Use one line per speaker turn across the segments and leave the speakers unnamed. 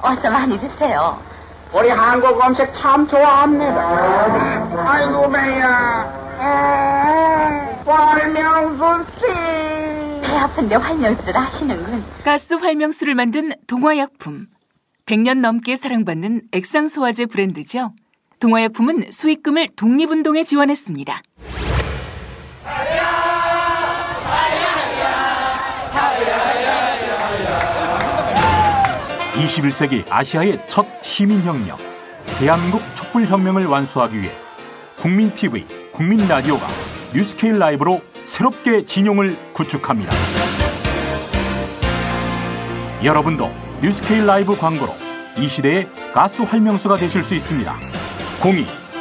어서 많이 드세요.
우리 한국 음식 참 좋아합니다. 아이고 매야. 월명순 씨.
배 아픈데 활명수를 하시는군.
가스 활명수를 만든 동화약품. 100년 넘게 사랑받는 액상소화제 브랜드죠. 동화약품은 수익금을 독립운동에 지원했습니다.
이 21세기 아시아의 첫 시민혁명, 대한민국 촛불혁명을 완수하기 위해 국민TV, 국민라디오가 뉴스케일 라이브로 새롭게 진용을 구축합니다. 여러분도 뉴스케일 라이브 광고로 이 시대의 가스 활명수가 되실 수 있습니다.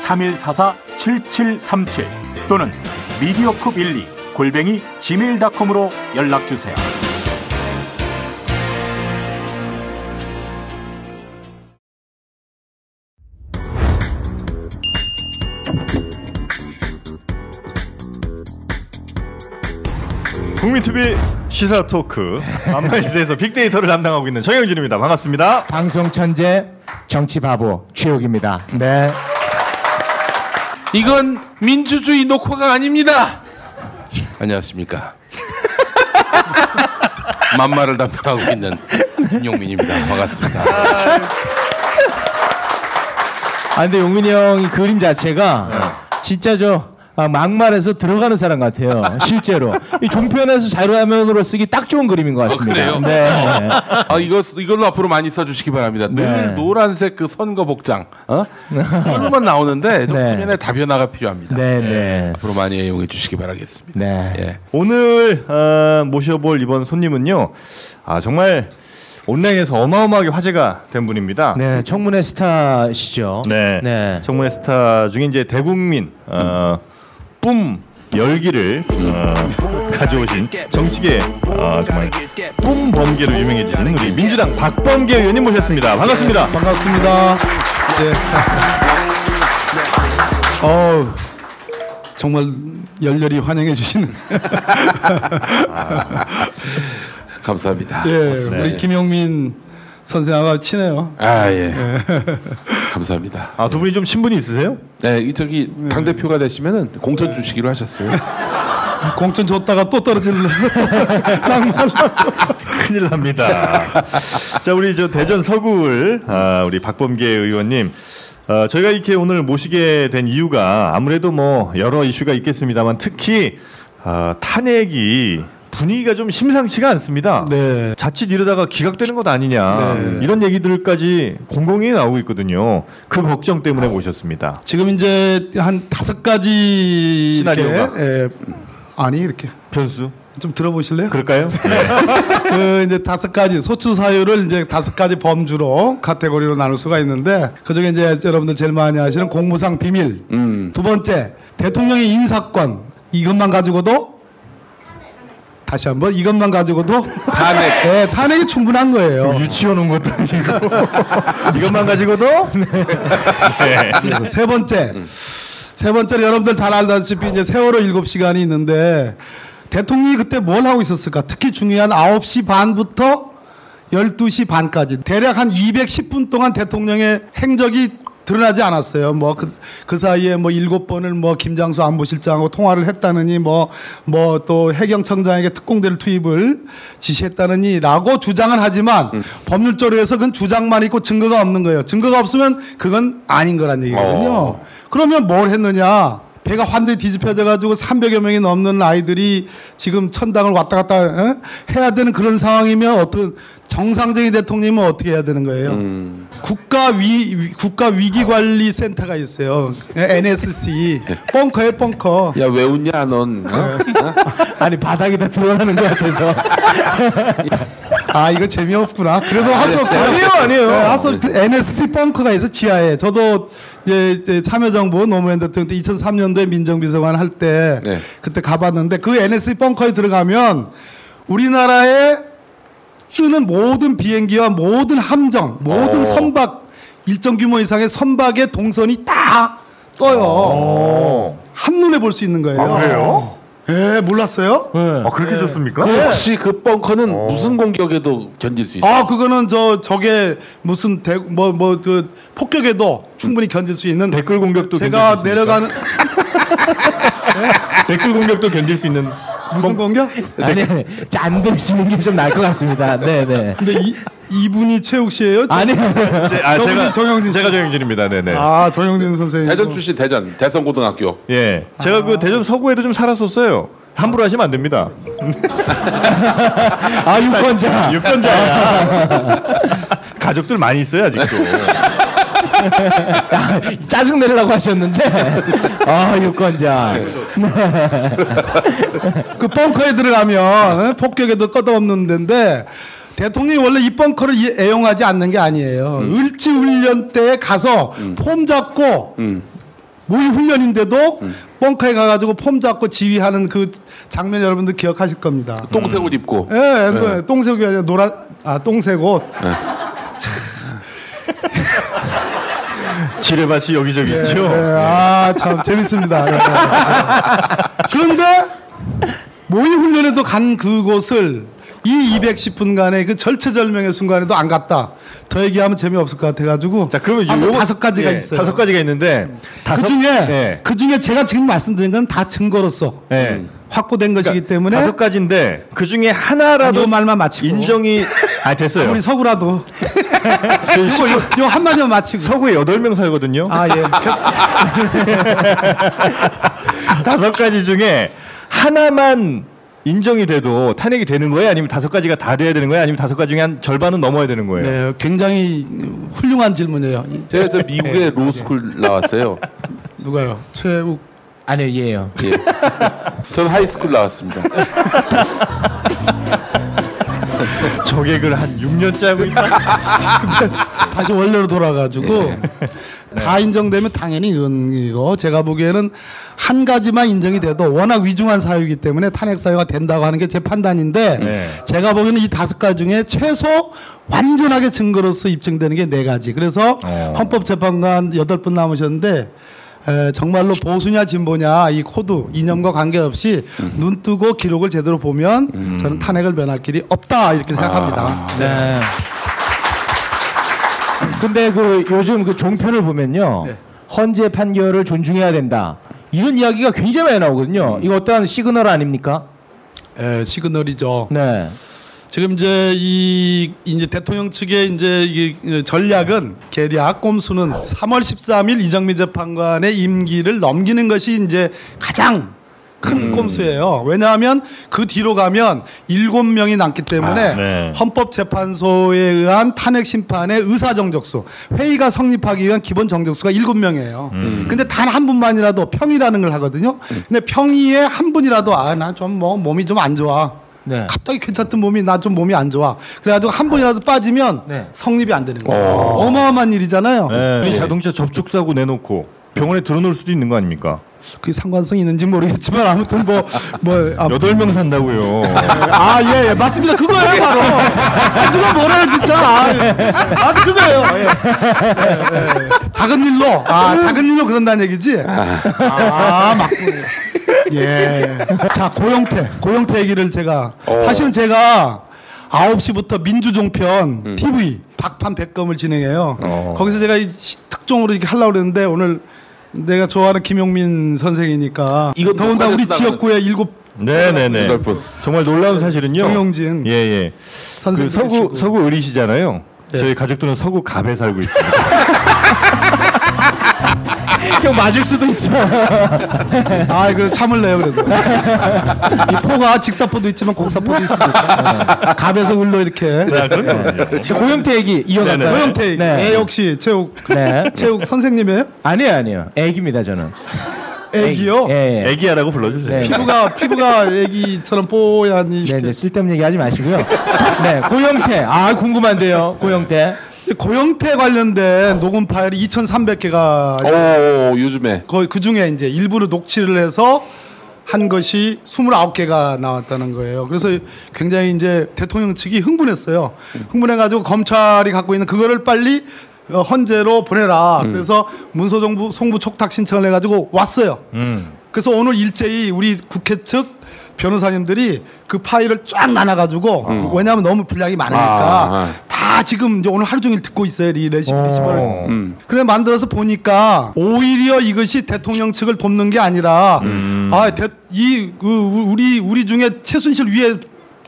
02-3144-7737 또는 미디어컵12 골뱅이 gmail.com으로 연락주세요.
국민 TV 시사 토크 안마이스에서 빅데이터를 담당하고 있는 정영진입니다. 반갑습니다.
방송 천재 정치 바보 최욱입니다. 네.
이건 민주주의 녹화가 아닙니다. 안녕하십니까. 만마를 담당하고 있는 김용민입니다. 반갑습니다.
아 근데 용민이 형이 그림 자체가 진짜 저 아, 막말에서 들어가는 사람 같아요. 실제로 이 종편에서 자료화면으로 쓰기 딱 좋은 그림인 것 같습니다.
그래요?
네. 네.
아, 이거, 이걸로 앞으로 많이 써주시기 바랍니다. 늘
네.
노란색 그 선거 복장, 어? 이걸로만 나오는데, 좀
네.
화면에 다변화가 필요합니다.
네,
예,
네.
앞으로 많이 이용해 주시기 바라겠습니다.
네.
예.
오늘 어, 모셔볼 이번 손님은요. 아 정말 온라인에서 어마어마하게 화제가 된 분입니다.
네, 청문회 스타시죠.
네.
네.
청문회 스타 중에 이제 대국민 어, 뿜 열기를 어, 가져오신 정치계 어, 정말 뿜 번개로 유명해진 우리 민주당 박범계 의원님 모셨습니다. 네, 반갑습니다.
반갑습니다.
어 정말 열렬히 환영해 주시는
감사합니다.
예,
고맙습니다.
우리 김용민 선생하고 친해요.
아, 예. 감사합니다.
아, 두 분이 좀 신분이 있으세요?
네, 이 저기 당대표가 되시면은 공천 주시기로 하셨어요.
공천 줬다가 또 떨어질래.
큰일 납니다. 자, 우리 저 대전 서구을 아, 우리 박범계 의원님. 어, 저희가 이렇게 오늘 모시게 된 이유가 아무래도 뭐 여러 이슈가 있겠습니다만 특히 아, 탄핵이 분위기가 좀 심상치가 않습니다.
네.
자칫 이러다가 기각되는 것 아니냐
네.
이런 얘기들까지 공공이 나오고 있거든요. 그 걱정 때문에 모셨습니다.
지금 이제 한 다섯 가지 이렇게,
시나리오가?
예, 아니 이렇게
변수
좀 들어보실래요?
그럴까요?
그 이제 다섯 가지 소추 사유를 이제 다섯 가지 범주로 카테고리로 나눌 수가 있는데 그중에 이제 여러분들 제일 많이 아시는 공무상 비밀 두 번째 대통령의 인사권 이것만 가지고도 다시 한번 이것만 가지고도 탄핵 네, 탄핵이 충분한 거예요.
유치원 온 것도 아니고.
이것만 가지고도
그래서 세 번째 세 번째로 여러분들 잘 알다시피 이제 세월호 일곱 시간이 있는데 대통령이 그때 뭘 하고 있었을까? 특히 중요한 9시 반부터 12시 반까지 대략 한 210분 동안 대통령의 행적이 드러나지 않았어요. 뭐 그 그 사이에 뭐 일곱 번을 뭐 김장수 안보실장하고 통화를 했다느니 뭐 뭐 또 해경청장에게 특공대를 투입을 지시했다느니라고 주장은 하지만 법률적으로 해서 그건 주장만 있고 증거가 없는 거예요. 증거가 없으면 그건 아닌 거란 얘기거든요. 그러면 뭘 했느냐? 배가 완전히 뒤집혀져 가지고 300여 명이 넘는 아이들이 지금 천당을 왔다 갔다 어? 해야 되는 그런 상황이면 어떤 정상적인 대통령이면 어떻게 해야 되는 거예요? 국가 위 위- 국가 위기 관리 센터가 있어요. NSC. 뻥커에 뻥커.
야, 왜 웃냐, 넌? 어?
아니, 바닥에다 드러나는 것 같아서.
아 이거 재미없구나. 그래도 할 수 없어요. 네, 아니요 아니요. 할수 없. NSC 펑크가 있어 지하에. 저도 이제, 이제 참여정부 노무현 대통령 때 2003년도에 민정비서관 할 때
네.
그때 가봤는데 그 NSC 펑크에 들어가면 우리나라에 뜨는 모든 비행기와 모든 함정, 모든 선박 일정 규모 이상의 선박의 어. 동선이 다 떠요. 한눈에 볼 수 있는 거예요.
그래요?
에 몰랐어요?
어. 아, 그렇게 좋습니까?
혹시 그 벙커는 무슨 공격에도 견딜 수 있어요?
아 그거는 저 저게 무슨 뭐 뭐 그 폭격에도 충분히 견딜 수 있는
댓글 공격도 견딜
제가
수 있습니까?
내려가는
댓글 공격도 견딜 수 있는
무슨 공격?
아니, 아니, 안 들으시는 게 좀 나을 것 같습니다. 네, 네.
근데 이 이분이 최욱 씨예요?
아니,
제, 아,
저분이
제가
정영진 씨.
제가 정영진입니다. 네네.
아 정영진 선생님.
대전 출신 대전 대성고등학교
예, 제가
아.
그 대전 서구에도 좀 살았었어요. 함부로 하시면 안 됩니다.
아, 유권자.
유권자야. 가족들 많이 있어요 아직도.
짜증 내려고 하셨는데. 아, 유권자.
그 벙커에 들어가면 어? 폭격에도 끄떡없는 데인데 대통령이 원래 이 벙커를 이- 애용하지 않는 게 아니에요.
음.
을지 훈련 때 가서 폼 잡고
음.
모의 훈련인데도 벙커에 가가지고 폼 잡고 지휘하는 그 장면 여러분들 기억하실 겁니다.
똥색 옷 입고
예, 그 똥색이 아니라 노란 아 똥색 옷.
지뢰밭이 여기저기
예,
있죠.
아, 참 재밌습니다. 예, 예. 그런데 모의 훈련에도 간 그곳을 이 210분간의 그 절체절명의 순간에도 안 갔다. 더 얘기하면 재미없을 것 같아가지고.
자, 그러면
아무튼
요거-
다섯 가지가
예,
있어요.
다섯 가지가 있는데
그
다섯-
중에
예.
그 중에 제가 지금 말씀드린 건 다 증거로서
예.
확보된 것이기 음. 때문에
다섯 가지인데 그 중에 하나라도
요 말만 마치고.
인정이 아 됐어요.
우리 서구라도
저희
요거 요, 요 한마디만 마치고.
서구에 여덟 명 살거든요.
아 예. 계속-
다섯 가지 중에 하나만 인정이 돼도 탄핵이 되는 거예요? 아니면 다섯 가지가 다 돼야 되는 거예요? 아니면 다섯 가지 중에 한 절반은 넘어야 되는 거예요?
네, 굉장히 훌륭한 질문이에요. 이-
제가 저 미국에 로스쿨 나왔어요.
누가요? 최욱
아니요, 얘예요.
예. 저는 하이스쿨 나왔습니다.
저객을 한 6년째 하고 있다.
다시 원래로 돌아가지고
예. 네.
다 인정되면 당연히 의원이고 제가 보기에는 한 가지만 인정이 돼도 워낙 위중한 사유이기 때문에 탄핵 사유가 된다고 하는 게 제 판단인데
네.
제가 보기에는 이 다섯 가지 중에 최소 완전하게 증거로서 입증되는 게 네 가지. 그래서
어.
헌법재판관 여덟 분 남으셨는데 에, 정말로 보수냐 진보냐 이 코드 이념과 관계없이
음.
눈 뜨고 기록을 제대로 보면 저는 탄핵을 면할 길이 없다 이렇게 생각합니다.
아.
네. 근데 그 요즘 그 종편을 보면요.
네.
헌재 판결을 존중해야 된다. 이런 이야기가 굉장히 많이 나오거든요.
음.
이거 어떠한 시그널 아닙니까?
에, 시그널이죠.
네.
지금 이제 이 이제 대통령 측의 이제 이 전략은 계략 꼼수는 3월 13일 이정미 재판관의 임기를 넘기는 것이 이제 가장 큰 꼼수예요. 왜냐하면 그 뒤로 가면 일곱 명이 남기 때문에
네.
헌법재판소에 의한 탄핵 심판의 의사 정적수 회의가 성립하기 위한 기본 정적수가 일곱 명이에요. 근데 단 한 분만이라도 평이라는 걸 하거든요. 근데 평이에 한 분이라도 아 나 좀 뭐 몸이 좀 안 좋아.
네.
갑자기 괜찮던 몸이 나 좀 몸이 안 좋아. 그래가지고 한 번이라도 빠지면
네.
성립이 안 되는 거예요. 어마어마한 일이잖아요.
네. 자동차 접촉 사고 내놓고 병원에 들어놓을 수도 있는 거 아닙니까?
그게 상관성이 있는지 모르겠지만 아무튼 뭐 뭐 아,
여덟 명 산다고요.
아, 예, 예, 맞습니다. 그거예요, 바로. 아, 누가 뭐래요, 진짜. 아, 예. 아, 그거예요. 예. 예, 예. 작은 일로, 아,
음.
작은 일로 그런다는 얘기지? 아, 맞군요. 예. 자, 고영태. 고영태 얘기를 제가.
어.
사실은 제가 9시부터 민주종편
음.
TV 박판 백검을 진행해요.
어.
거기서 제가 이 시- 특종으로 이렇게 하려고 그랬는데 오늘 내가 좋아하는 김용민 선생이니까
이거
더군다나 우리
녹화됐어,
지역구에 일곱
네네네.
여덟 분.
정말 놀라운 사실은요.
정영진.
예예. 그
선생님
서구
계시고.
서구 의리시잖아요. 저희 가족들은 서구 갑에 살고 있습니다.
형 맞을 수도 있어.
아, 이거 참을래요, 그래도. 이 포가 직사포도 있지만 곡사포도
네.
있습니다. 갑에서 을로 이렇게.
자, 아, 그럼요.
고영태 얘기 이어갈까요?
네네.
고영태,
네.
애 역시 체육,
네.
체육 선생님이에요?
아니에요, 아니에요. 애기입니다, 저는.
애기요?
애기. 예, 예.
애기야라고 불러주세요.
네.
피부가, 피부가 애기처럼 뽀얀 이.
네, 네, 쓸데없는 얘기 하지 마시고요. 네, 고영태. 아, 궁금한데요, 고영태.
고영태 관련된 녹음 파일이
어,
2,300개가
오 요즘에
거의 그 중에 이제 일부를 녹취를 해서 한 것이 29개가 나왔다는 거예요. 그래서 굉장히 이제 대통령 측이 흥분했어요. 흥분해가지고 검찰이 갖고 있는 그거를 빨리
음.
어,
음.
헌재로 보내라. 그래서 문서정부 송부 촉탁 신청을 해가지고 왔어요. 그래서 오늘 일제히 우리 국회 측 변호사님들이 그 파일을 쫙 나눠가지고 왜냐하면 너무 분량이 많으니까
어. 아, 아.
다 지금 이제 오늘 하루 종일 듣고 있어요 이 레시피
네,
레시피를
어.
음.
그래 만들어서 보니까 오히려 이것이 대통령 측을 돕는 게 아니라
음.
아이그 우리 우리 중에 최순실 위에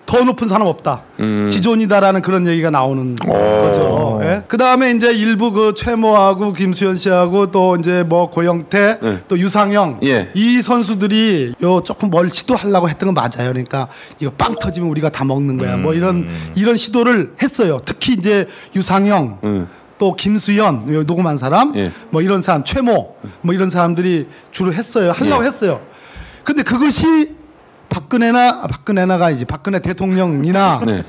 더 높은 사람 없다.
음.
지존이다라는 그런 얘기가 나오는
어.
거죠. 예? 그다음에 이제 일부 그 최모하고 김수현 씨하고 또 이제 뭐 고영태
네.
또 유상영
예.
이 선수들이 요 조금 뭘 시도하려고 했던 건 맞아요. 그러니까 이거 빵 터지면 우리가 다 먹는 거야. 뭐 이런 이런 시도를 했어요. 특히 이제 유상영
음.
또 김수현 요 녹음한 사람
예.
뭐 이런 사람 최모 뭐 이런 사람들이 주로 했어요 하려고
예.
했어요 근데 그것이 박근혜나 아, 박근혜나가 이제 박근혜 대통령이나
네.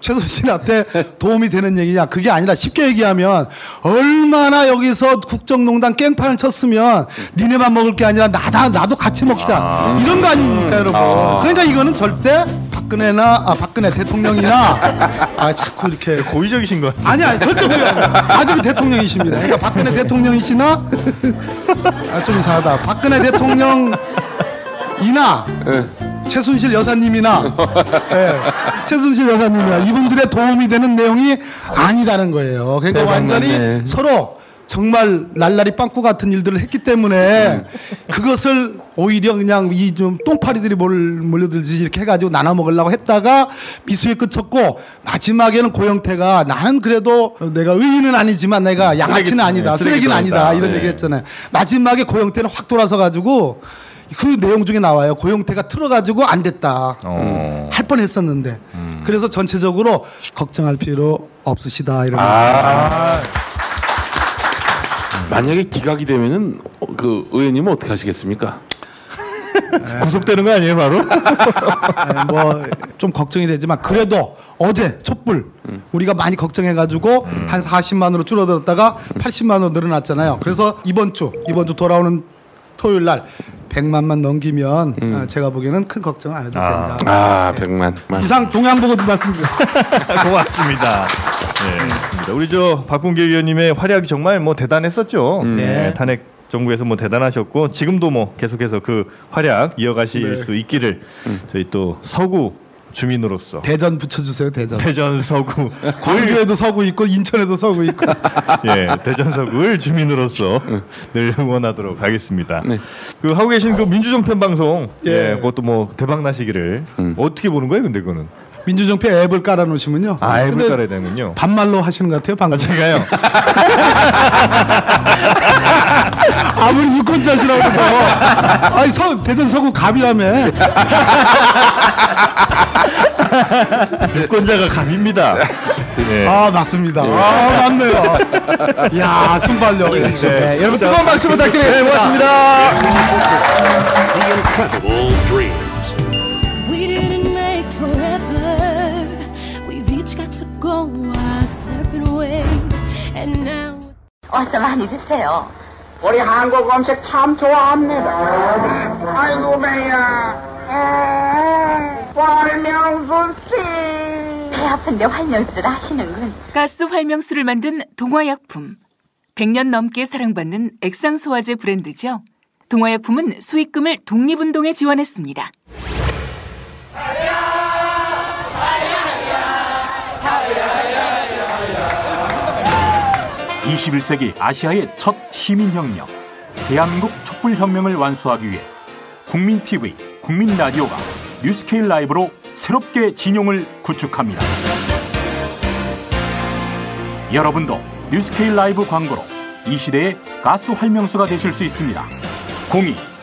최순실한테 도움이 되는 얘기냐 그게 아니라 쉽게 얘기하면 얼마나 여기서 국정농단 깽판을 쳤으면 니네만 먹을 게 아니라 나다 나도 같이 먹자 이런 거 아닙니까 여러분 그러니까 이거는 절대 박근혜나 아 박근혜 대통령이나 아 자꾸 이렇게
고의적이신 것 같아요.
아니 아니 절대 그게 아니에요. 아직 대통령이십니다. 그러니까 박근혜 대통령이시나 아, 좀 이상하다. 박근혜 대통령이나 최순실 여사님이나 예, 최순실 여사님이나 이분들의 도움이 되는 내용이 아니다는 거예요. 그러니까 완전히 서로 정말 날라리 빵꾸 같은 일들을 했기 때문에 그것을 오히려 그냥 이 좀 똥파리들이 몰, 몰려들지 이렇게 해가지고 나눠 먹으려고 했다가 미수에 끝쳤고 마지막에는 고영태가 나는 그래도 내가 의인은 아니지만 내가 양아치는 아니다 음, 쓰레기는
쓰레기통이다.
아니다 이런
네.
얘기 했잖아요 마지막에 고영태는 확 돌아서 가지고 그 내용 중에 나와요 고영태가 틀어가지고 음. 안 됐다
어.
할 뻔했었는데 그래서 전체적으로 걱정할 필요 없으시다 이런
아. 만약에 기각이 되면은 어, 그 의원님은 어떻게 하시겠습니까?
구속되는 거 아니에요, 바로?
뭐 좀 걱정이 되지만 그래도 어제 촛불
음.
우리가 많이 걱정해가지고 한 40만으로 줄어들었다가
음.
80만으로 늘어났잖아요. 그래서 이번 주 이번 주 돌아오는 토요일 날 100만만 넘기면 아, 제가 보기에는 큰 걱정 안 해도
음. 아.
됩니다.
아, 백만.
이상 동양보고 말씀드립니다.
아, 고맙습니다. 네, 그렇습니다. 우리 저 박봉계 위원님의 활약이 정말 뭐 대단했었죠. 네, 탄핵 정부에서 뭐 대단하셨고 지금도 뭐 계속해서 그 활약 이어가실 수 있기를 저희 또 서구 주민으로서
대전 붙여주세요 대전.
대전 서구
광주에도 서구 있고 인천에도 서구 있고
예, 대전석을 주민으로서 늘 응원하도록 하겠습니다.
네.
그 하고 계신 그 민주정편 방송, 예,
예.
그것도 뭐 대박 나시기를 어떻게 보는 거예요, 근데 그거는?
민주정표 앱을 깔아놓으시면요.
아, 앱을
근데
깔아야 되는군요.
반말로 하시는 것 같아요 방금.
아, 제가요.
아무리 유권자시라고 해서 아니 서, 대전 서구 갑이라며
유권자가 감입니다. 예.
아 맞습니다 아 맞네요 이야 순발력
네, 여러분
뜨거운 박수 부탁드리겠습니다.
We didn't make forever. We've each got to go our separate way. And now.
어서 많이 드세요.
우리 한국 음식 참 좋아합니다. 아이고 매야. 활명수 씨.
배 아픈데 활명수를 하시는군.
가스 활명수를 만든 동화약품. 100년 넘게 사랑받는 액상소화제 브랜드죠. 동화약품은 수익금을 독립운동에 지원했습니다.
다 21세기 아시아의 첫 시민혁명, 대한민국 촛불혁명을 완수하기 위해 국민TV, 국민라디오가 뉴스케일 라이브로 새롭게 진용을 구축합니다. 여러분도 뉴스케일 라이브 광고로 이 시대의 가스 활명수가 되실 수 있습니다.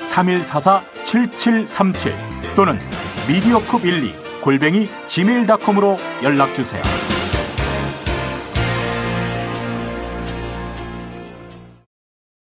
02-3144-7737 또는 미디어컵12 골뱅이 gmail.com으로 연락주세요.